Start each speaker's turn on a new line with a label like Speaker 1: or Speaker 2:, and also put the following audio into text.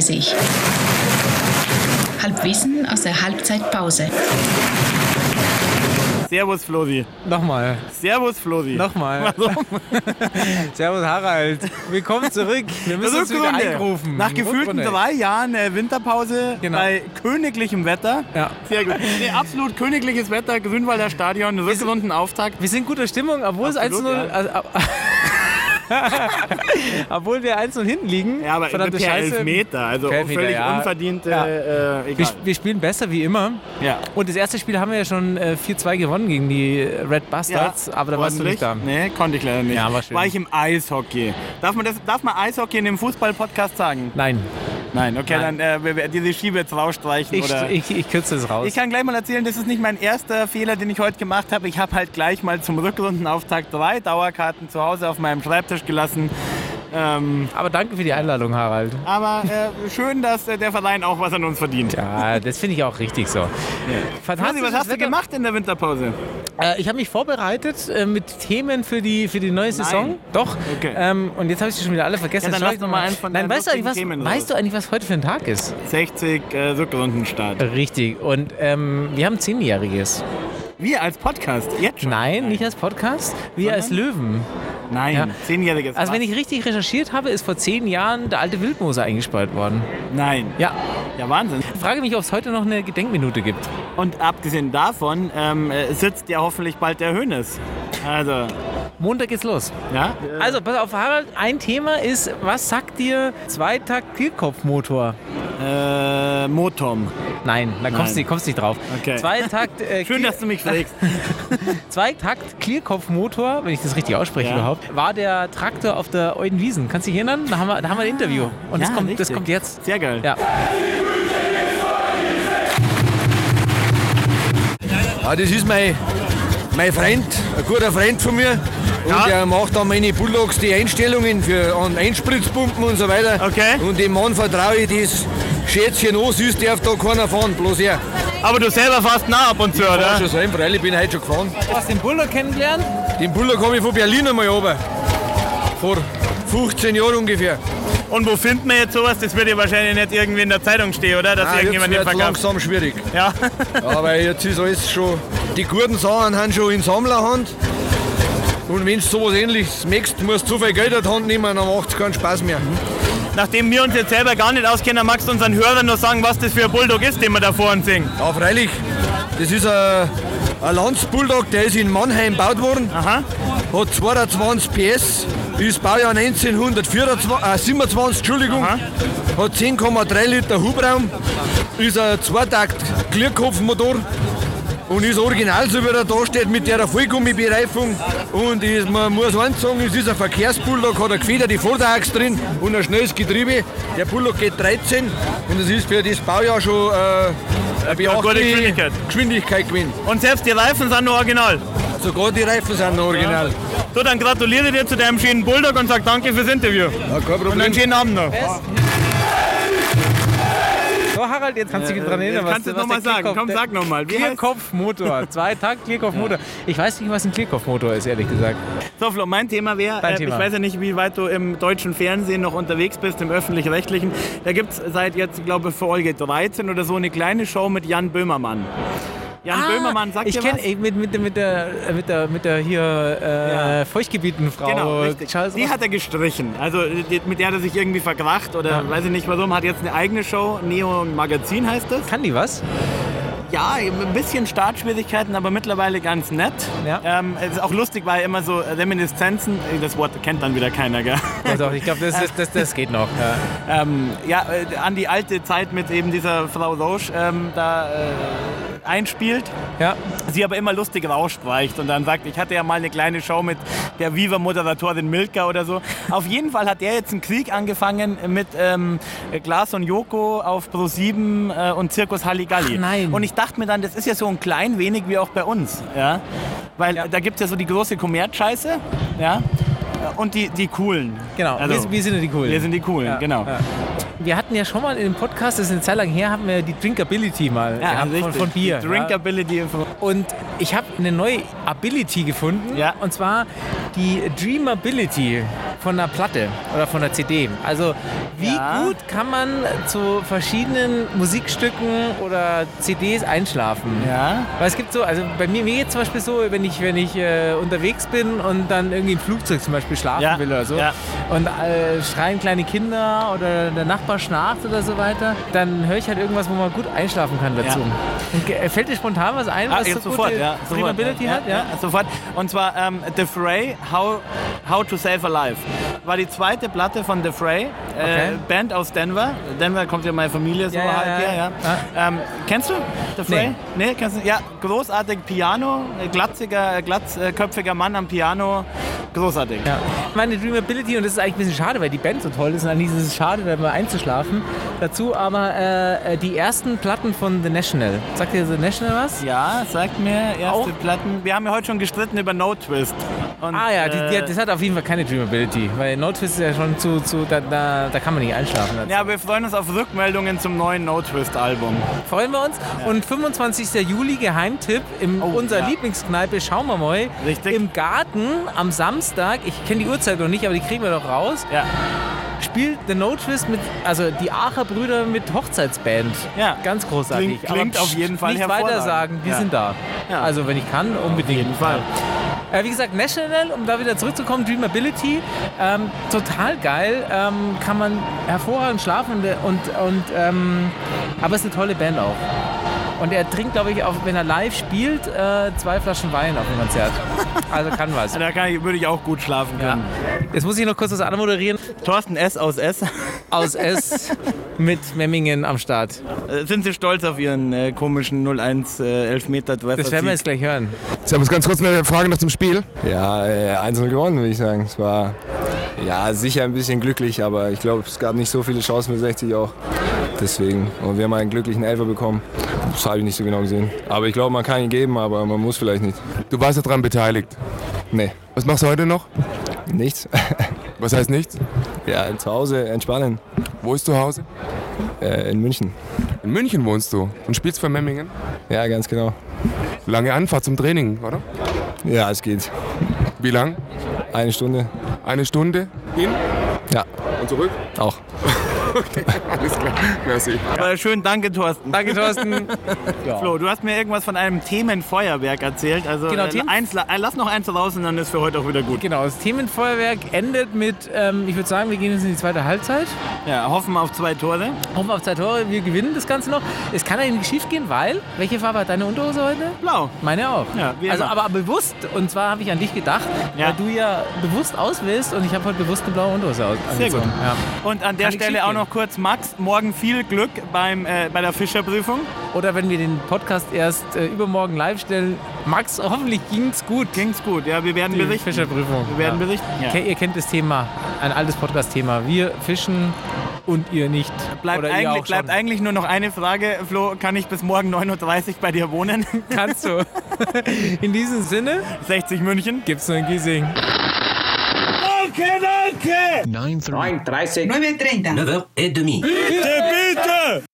Speaker 1: sich. Halbwissen aus der Halbzeitpause.
Speaker 2: Servus Flosi.
Speaker 3: Nochmal,
Speaker 2: Servus Flosi.
Speaker 3: nochmal.
Speaker 2: Also,
Speaker 3: Servus Harald, willkommen zurück. Wir müssen uns wieder
Speaker 2: Rückrunde.
Speaker 3: einrufen.
Speaker 2: Nach gefühlten
Speaker 3: Rückrunde.
Speaker 2: drei Jahren äh, Winterpause
Speaker 3: Genau.
Speaker 2: bei königlichem Wetter.
Speaker 3: Ja.
Speaker 2: Sehr gut. Nee, absolut königliches Wetter, Grünwalder Stadion, rückrunden Auftakt.
Speaker 3: Wir sind in guter Stimmung, obwohl es 1-0.
Speaker 2: Absolut, ja.
Speaker 3: also, ab- also, obwohl wir 1-0 hinten liegen.
Speaker 2: Ja, aber
Speaker 3: Verdammte
Speaker 2: per
Speaker 3: Scheiße.
Speaker 2: Elfmeter, also
Speaker 3: Per Elfmeter,
Speaker 2: völlig
Speaker 3: ja.
Speaker 2: unverdient.
Speaker 3: Ja.
Speaker 2: Äh, äh,
Speaker 3: Wir,
Speaker 2: egal.
Speaker 3: wir spielen besser wie immer.
Speaker 2: Ja.
Speaker 3: Und das erste Spiel haben wir ja schon äh, 4-2 gewonnen gegen die Red Bastards, aber da warst du nicht da.
Speaker 2: Nee, konnte ich leider nicht.
Speaker 3: Ja, war schön.
Speaker 2: War ich im Eishockey. Darf man, das, darf man Eishockey in dem Fußball-Podcast sagen?
Speaker 3: Nein,
Speaker 2: Nein, okay,
Speaker 3: Nein.
Speaker 2: dann äh, wir- wir- diese Schiebe jetzt rausstreichen.
Speaker 3: ich,
Speaker 2: oder
Speaker 3: ich, ich kürze es raus.
Speaker 2: Ich kann gleich mal erzählen, das ist nicht mein erster Fehler, den ich heute gemacht habe. Ich habe halt gleich mal zum Rückrundenauftakt drei Dauerkarten zu Hause auf meinem Schreibtisch gelassen. Ähm,
Speaker 3: aber danke für die Einladung, Harald.
Speaker 2: aber äh, schön, dass äh, der Verein auch was an uns verdient.
Speaker 3: Ja, das finde ich auch richtig so.
Speaker 2: Hasi, was hast du
Speaker 3: Wetter.
Speaker 2: gemacht in der Winterpause?
Speaker 3: Äh, ich habe mich vorbereitet äh, mit Themen für die, für die neue Saison. Doch.
Speaker 2: Okay.
Speaker 3: Ähm, und jetzt habe ich sie schon wieder alle vergessen.
Speaker 2: Ja, dann
Speaker 3: Schau
Speaker 2: lass
Speaker 3: ich
Speaker 2: doch
Speaker 3: mal.
Speaker 2: mal einen von
Speaker 3: Nein,
Speaker 2: deinen
Speaker 3: weißt du, eigentlich, was,
Speaker 2: lustigen Themen
Speaker 3: weißt du eigentlich, was heute für ein Tag ist?
Speaker 2: 60 äh, Rückrundenstart.
Speaker 3: Richtig. Und ähm, wir haben Zehnjähriges.
Speaker 2: Wir als Podcast, jetzt schon?
Speaker 3: Nein, nicht als Podcast, wir als Löwen.
Speaker 2: Nein,
Speaker 3: Ja.
Speaker 2: zehnjähriges.
Speaker 3: Also wenn
Speaker 2: Was?
Speaker 3: ich richtig recherchiert habe, ist vor zehn Jahren der alte Wildmoser eingespeit worden.
Speaker 2: Nein.
Speaker 3: Ja.
Speaker 2: Ja, Wahnsinn.
Speaker 3: Ich frage mich, ob es heute noch eine Gedenkminute gibt.
Speaker 2: Und abgesehen davon ähm, äh, sitzt ja hoffentlich bald der Hönes. Also,
Speaker 3: Montag geht's los.
Speaker 2: ja?
Speaker 3: Also, pass auf, Harald, ein Thema ist, was sagt dir Zweitakt-Kehlkopfmotor?
Speaker 2: Äh, Motom.
Speaker 3: Nein, da kommst du
Speaker 2: Nein.
Speaker 3: kommst nicht drauf.
Speaker 2: Okay.
Speaker 3: Zweitakt, äh,
Speaker 2: Schön, dass du mich fragst.
Speaker 3: Zweitakt Klierkopfmotor, wenn ich das richtig ausspreche
Speaker 2: Ja.
Speaker 3: überhaupt, war der Traktor auf der Eudenwiesen. Kannst du dich erinnern? Da haben wir, da haben wir ein Interview. Und das,
Speaker 2: Ja,
Speaker 3: kommt, das
Speaker 2: richtig.
Speaker 3: kommt jetzt.
Speaker 2: Sehr geil.
Speaker 3: Ja.
Speaker 4: Ah, das ist mein, mein Freund, ein guter Freund von mir. Und der macht an meine Bulldogs die Einstellungen für an Einspritzpumpen und so weiter.
Speaker 2: Okay.
Speaker 4: Und dem Mann vertraue ich das Schätzchen an, süß darf da keiner fahren, bloß er.
Speaker 2: Aber du selber fährst nah ab und zu,
Speaker 4: Ja.
Speaker 2: oder?
Speaker 4: Schon sein, freilich bin ich heute schon gefahren.
Speaker 3: Du hast den Bulldog kennengelernt?
Speaker 4: Den Bulldog habe ich von Berlin einmal runter. Vor 15 Jahren ungefähr.
Speaker 2: Und wo findet man jetzt sowas? Das wird ja wahrscheinlich nicht irgendwie in der Zeitung stehen, oder? Dass
Speaker 4: Ah, jetzt
Speaker 2: irgendjemand den
Speaker 4: wird
Speaker 2: verkauft.
Speaker 4: langsam schwierig.
Speaker 2: Ja.
Speaker 4: Ja, weil jetzt ist alles schon. Die guten Sachen haben schon in Sammlerhand. Und wenn du sowas ähnliches möchtest, musst du zu viel Geld in die Hand nehmen, dann macht es keinen Spaß mehr.
Speaker 2: Mhm. Nachdem wir uns jetzt selber gar nicht auskennen, magst du unseren Hörern noch sagen, was das für ein Bulldog ist, den wir da vor uns singen.
Speaker 4: Ja, freilich. Das ist ein, ein Landsbulldog, der ist in Mannheim gebaut worden.
Speaker 2: Aha.
Speaker 4: Hat 22 PS, ist Baujahr 1927, äh, 27, Entschuldigung.
Speaker 2: Aha.
Speaker 4: Hat 10,3 Liter Hubraum, ist ein Zweitakt Klirrkopfmotor und ist original, so wie er da steht, mit der Vollgummibereifung. Und ist, man muss eins sagen, es ist ein Verkehrsbulldog, hat eine gefederte Vorderachse drin und ein schnelles Getriebe. Der Bulldog geht 13 und das ist für das Baujahr schon äh, eine
Speaker 2: gute
Speaker 4: beachtliche
Speaker 2: Geschwindigkeit.
Speaker 4: Geschwindigkeit gewesen.
Speaker 2: Und selbst die Reifen sind noch original.
Speaker 4: Sogar die Reifen sind noch original.
Speaker 2: So, dann gratuliere dir zu deinem schönen Bulldog und sag danke fürs Interview.
Speaker 4: Ja, kein
Speaker 2: Und einen schönen Abend noch.
Speaker 3: So, Harald, jetzt kannst du dich dran erinnern.
Speaker 2: jetzt kannst du es noch mal sagen. Komm, sag noch mal. Wie heißt-
Speaker 3: Klierkopfmotor, Zweitakt Klierkopfmotor. Ich weiß nicht, was ein Klierkopfmotor ist, ehrlich gesagt.
Speaker 2: So, Flo, mein Thema wäre,
Speaker 3: Dein
Speaker 2: äh, ich
Speaker 3: Thema.
Speaker 2: weiß ja nicht, wie weit du im deutschen Fernsehen noch unterwegs bist, im öffentlich-rechtlichen. Da gibt es seit jetzt, glaube ich, Folge 13 oder so eine kleine Show mit Jan Böhmermann. Jan Ah. Böhmermann sagt
Speaker 3: Ah, ich
Speaker 2: dir
Speaker 3: kenn-
Speaker 2: was?
Speaker 3: ey, mit, mit, mit, der, mit, der, mit der hier äh,
Speaker 2: Ja.
Speaker 3: Feuchtgebietenfrau
Speaker 2: Genau, richtig.
Speaker 3: Charles
Speaker 2: die hat er gestrichen. Also äh, die, mit der hat er sich irgendwie verkracht oder weiß ich nicht warum. Hat jetzt eine eigene Show, Neo Magazin heißt das.
Speaker 3: Kann die was?
Speaker 2: Ja, ein bisschen Startschwierigkeiten, aber mittlerweile ganz nett.
Speaker 3: Ja.
Speaker 2: Ähm, es ist auch lustig, weil immer so Reminiszenzen, das Wort kennt dann wieder keiner, gell?
Speaker 3: Ja, doch, ich glaube, das, das, das, das geht noch. Ja.
Speaker 2: ähm, ja, äh, an die alte Zeit mit eben dieser Frau Roche ähm, da äh, einspielt,
Speaker 3: Ja.
Speaker 2: sie aber immer lustig rausstreicht und dann sagt, ich hatte ja mal eine kleine Show mit der Viva-Moderatorin Milka oder so. Auf jeden Fall hat der jetzt einen Krieg angefangen mit ähm, Glas und Joko auf Pro7 äh, und Zirkus Halligalli.
Speaker 3: Ach nein.
Speaker 2: Und ich dachte mir dann, das ist ja so ein klein wenig wie auch bei uns. Ja? Weil da gibt es ja so die große Kommerzscheiße ja? und die, die coolen.
Speaker 3: Genau,
Speaker 2: Also,
Speaker 3: wir, wir sind ja die Coolen.
Speaker 2: wir sind die coolen,
Speaker 3: Ja,
Speaker 2: genau.
Speaker 3: ja. Wir hatten ja schon mal in dem Podcast, das ist eine Zeit lang her, haben wir die Drinkability mal
Speaker 2: Ja,
Speaker 3: gehabt, von,
Speaker 2: richtig.
Speaker 3: von Bier.
Speaker 2: Die Drinkability. von-
Speaker 3: ja. Und ich habe eine neue Ability gefunden,
Speaker 2: Ja.
Speaker 3: und zwar die Dreamability von einer Platte oder von einer CD. Also wie
Speaker 2: Ja.
Speaker 3: gut kann man zu verschiedenen Musikstücken oder CDs einschlafen?
Speaker 2: Ja.
Speaker 3: Weil es gibt so, also bei mir, mir geht zum Beispiel so, wenn ich, wenn ich äh, unterwegs bin und dann irgendwie im Flugzeug zum Beispiel schlafen
Speaker 2: Ja,
Speaker 3: will oder so
Speaker 2: ja.
Speaker 3: und äh, schreien kleine Kinder oder der Nachbar schnarcht oder so weiter, dann höre ich halt irgendwas, wo man gut einschlafen kann dazu.
Speaker 2: Ja.
Speaker 3: Und, ge- äh, fällt dir spontan was ein,
Speaker 2: Ah,
Speaker 3: was
Speaker 2: jetzt
Speaker 3: so
Speaker 2: sofort,
Speaker 3: gute
Speaker 2: ja. Sofort,
Speaker 3: Dreamability hat? Ja.
Speaker 2: sofort. Und zwar ähm, The Fray, How, How to Save a Life. War die zweite Platte von The Fray, äh,
Speaker 3: Okay.
Speaker 2: Band aus Denver. Denver kommt ja meine Familie so
Speaker 3: Ja, ja,
Speaker 2: halb
Speaker 3: ja, Ah.
Speaker 2: her. Ja. Ähm, kennst du The Fray? Nee. kennst du? Ja, großartig Piano, äh, glatziger, äh, glatzköpfiger Mann am Piano. Großartig.
Speaker 3: Ja. Meine Dreamability, und das ist eigentlich ein bisschen schade, weil die Band so toll ist und eigentlich ist es schade, da mal einzuschlafen. Dazu aber äh, äh, die ersten Platten von The National. Sagt dir The National was?
Speaker 2: Ja, sagt mir, erste
Speaker 3: Auch-
Speaker 2: Platten. Wir haben ja heute schon gestritten über No Twist. Und,
Speaker 3: Ah ja, die,
Speaker 2: äh,
Speaker 3: die, das hat auf jeden Fall keine Dreamability, weil No Twist ist ja schon zu, zu da, da, da kann man nicht einschlafen. dazu.
Speaker 2: ja, wir freuen uns auf Rückmeldungen zum neuen No Twist Album.
Speaker 3: Freuen wir uns. Und 25. Juli, Geheimtipp, in
Speaker 2: Oh,
Speaker 3: unserer
Speaker 2: ja.
Speaker 3: Lieblingskneipe Schauen wir mal.
Speaker 2: Richtig.
Speaker 3: Im Garten am Samstag, ich kenne die Uhrzeit noch nicht, aber die kriegen wir doch raus,
Speaker 2: Ja.
Speaker 3: spielt The No Twist mit, also die Aacher Brüder mit Hochzeitsband.
Speaker 2: Ja.
Speaker 3: Ganz großartig.
Speaker 2: Klingt- klingt
Speaker 3: aber
Speaker 2: auf jeden Fall
Speaker 3: Nicht
Speaker 2: hervorragend.
Speaker 3: weiter sagen, die
Speaker 2: Ja.
Speaker 3: sind da.
Speaker 2: Ja.
Speaker 3: Also wenn ich kann, unbedingt.
Speaker 2: jeden Fall.
Speaker 3: Äh, wie gesagt, National, um da wieder zurückzukommen, Dreamability, ähm, total geil, ähm, kann man hervorragend schlafen und, und, und ähm, aber es ist eine tolle Band auch. Und er trinkt, glaube ich, auch, wenn er live spielt, äh, zwei Flaschen Wein auf dem Konzert. Also kann was.
Speaker 2: Da kann ich, würde ich auch gut schlafen können.
Speaker 3: Jetzt muss ich noch kurz was anmoderieren.
Speaker 2: Thorsten S. aus S.
Speaker 3: Aus S mit Memmingen am Start.
Speaker 2: Äh, Sind Sie stolz auf Ihren äh, komischen 01 äh, Elfmeter Treffer?
Speaker 3: Das werden wir jetzt gleich hören.
Speaker 5: Servus, ganz kurz eine Frage noch zum Spiel.
Speaker 6: Ja, äh, 1-0 gewonnen, würde ich sagen. Es war ja sicher ein bisschen glücklich, aber ich glaube, es gab nicht so viele Chancen für 60 auch. Deswegen. Und wir haben einen glücklichen Elfer bekommen. Das habe ich nicht so genau gesehen. Aber ich glaube, man kann ihn geben, aber man muss vielleicht nicht.
Speaker 5: Du warst ja daran beteiligt.
Speaker 6: Nee,
Speaker 5: Was machst du heute noch?
Speaker 6: nichts.
Speaker 5: Was heißt nichts?
Speaker 6: ja, zu Hause entspannen.
Speaker 5: Wo ist zu Hause?
Speaker 6: Äh, in München.
Speaker 5: In München wohnst du und spielst für Memmingen.
Speaker 6: Ja, ganz genau.
Speaker 5: Lange Anfahrt zum Training, oder?
Speaker 6: Ja, es geht.
Speaker 5: Wie lang?
Speaker 6: Eine Stunde.
Speaker 5: Eine Stunde? Hin
Speaker 6: Ja,
Speaker 5: und zurück?
Speaker 6: auch.
Speaker 5: Alles klar. Merci.
Speaker 2: Aber schön, danke Thorsten.
Speaker 3: Danke, Thorsten.
Speaker 2: Flo, du hast mir irgendwas von einem Themenfeuerwerk erzählt. Also
Speaker 3: Genau,
Speaker 2: äh,
Speaker 3: Themen-
Speaker 2: eins, la- äh, lass noch eins raus und dann ist für heute auch wieder gut.
Speaker 3: Genau, das Themenfeuerwerk endet mit, ähm, ich würde sagen, wir gehen jetzt in die zweite Halbzeit.
Speaker 2: Ja, hoffen auf zwei Tore.
Speaker 3: Hoffen auf zwei Tore, wir gewinnen das Ganze noch. Es kann eigentlich nicht schief gehen, weil, welche Farbe hat deine Unterhose heute?
Speaker 2: Blau.
Speaker 3: Meine auch.
Speaker 2: Ja, wie
Speaker 3: also
Speaker 2: immer.
Speaker 3: aber bewusst, und zwar habe ich an dich gedacht,
Speaker 2: Ja.
Speaker 3: weil du ja bewusst auswählst und ich habe heute bewusst eine blaue Unterhose aus-
Speaker 2: Sehr gut.
Speaker 3: angezogen. Ja.
Speaker 2: Und an der
Speaker 3: Kann nicht
Speaker 2: Stelle auch
Speaker 3: schiefgehen.
Speaker 2: noch kurz, Max, morgen viel Glück beim, äh, bei der Fischerprüfung.
Speaker 3: Oder wenn wir den Podcast erst äh, übermorgen live stellen, Max, hoffentlich ging's gut.
Speaker 2: Ging's gut, ja, wir werden
Speaker 3: Die
Speaker 2: berichten.
Speaker 3: Fischerprüfung.
Speaker 2: Wir werden
Speaker 3: ja.
Speaker 2: berichten. Ja.
Speaker 3: Ke- Ihr kennt das Thema, ein altes Podcast-Thema. Wir fischen und ihr nicht.
Speaker 2: Bleibt,
Speaker 3: Oder ihr
Speaker 2: eigentlich,
Speaker 3: auch
Speaker 2: bleibt
Speaker 3: schon.
Speaker 2: eigentlich nur noch eine Frage, Flo, kann ich bis morgen 9.30 Uhr bei dir wohnen?
Speaker 3: Kannst du. In diesem Sinne
Speaker 2: 60 München.
Speaker 3: gibt's nur ein Giesing.
Speaker 7: 9.30 9h30 9h30 9h30